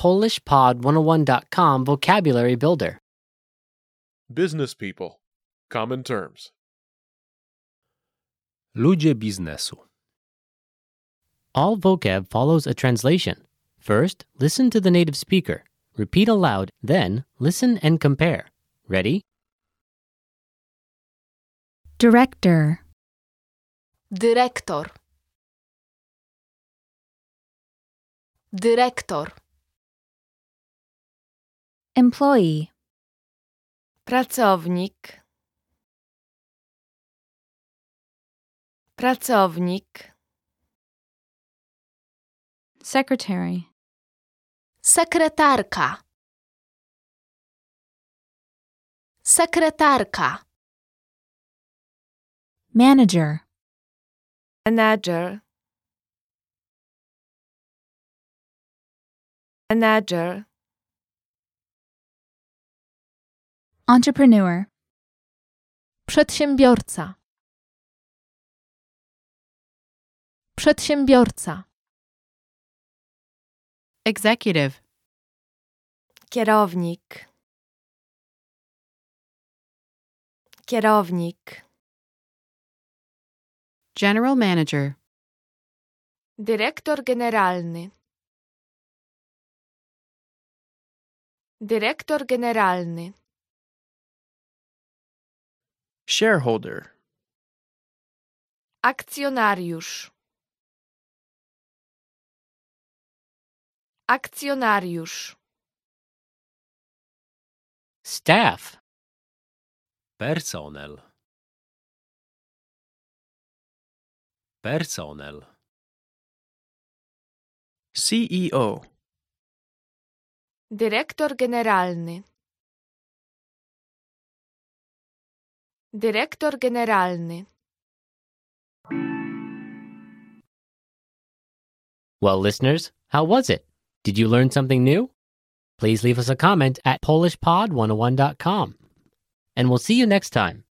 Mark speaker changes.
Speaker 1: PolishPod101.com vocabulary builder.
Speaker 2: Business people. Common terms.
Speaker 3: Ludzie biznesu.
Speaker 1: All vocab follows a translation. First, listen to the native speaker. Repeat aloud, then, listen and compare. Ready?
Speaker 4: Director.
Speaker 5: Dyrektor. Dyrektor.
Speaker 4: Employee.
Speaker 5: Pracownik. Pracownik.
Speaker 4: Secretary.
Speaker 5: Sekretarka. Sekretarka.
Speaker 4: Manager.
Speaker 5: Manager. Manager.
Speaker 4: Entrepreneur.
Speaker 5: Przedsiębiorca. Przedsiębiorca.
Speaker 6: Executive.
Speaker 5: Kierownik. Kierownik.
Speaker 6: General Manager.
Speaker 5: Dyrektor generalny. Dyrektor generalny.
Speaker 7: shareholder,
Speaker 5: Akcjonariusz. Akcjonariusz.
Speaker 1: Staff.
Speaker 3: Personel. Personel.
Speaker 7: CEO,
Speaker 5: Dyrektor generalny. Dyrektor generalny.
Speaker 1: Well, listeners, how was it? Did you learn something new? oh Please leave us a comment at PolishPod101.com. And we'll see you next time.